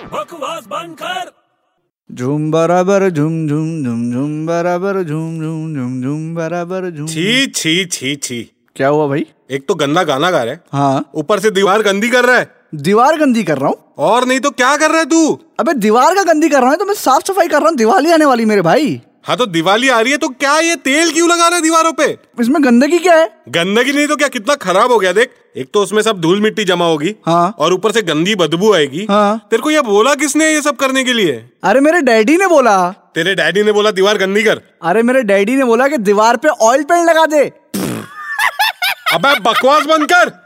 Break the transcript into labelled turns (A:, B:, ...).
A: आवाज बंद कर
B: झूम बराबर झूम झूम झूम झूम बराबर झूम झूम झूम झूम बराबर झूम
C: छी छी छी छी
B: क्या हुआ भाई
C: एक तो गंदा गाना गा रहा है
B: हाँ
C: ऊपर से दीवार गंदी कर रहा है
B: दीवार गंदी कर रहा हूँ
C: और नहीं तो क्या कर रहा है तू
B: अबे दीवार का गंदी कर रहा हूँ तो मैं साफ सफाई कर रहा हूँ दिवाली आने वाली मेरे भाई
C: हाँ तो दिवाली आ रही है तो क्या ये तेल क्यों लगा रहा है दीवारों पे
B: इसमें गंदगी क्या है
C: गंदगी नहीं तो क्या कितना खराब हो गया देख एक तो उसमें सब धूल मिट्टी जमा होगी
B: हाँ।
C: और ऊपर से गंदी बदबू आएगी
B: हाँ।
C: तेरे को ये बोला किसने ये सब करने के लिए
B: अरे मेरे डैडी ने बोला
C: तेरे डैडी ने बोला दीवार गंदी कर
B: अरे मेरे डैडी ने बोला कि दीवार पे ऑयल पेंट लगा दे
C: अब बकवास बंद कर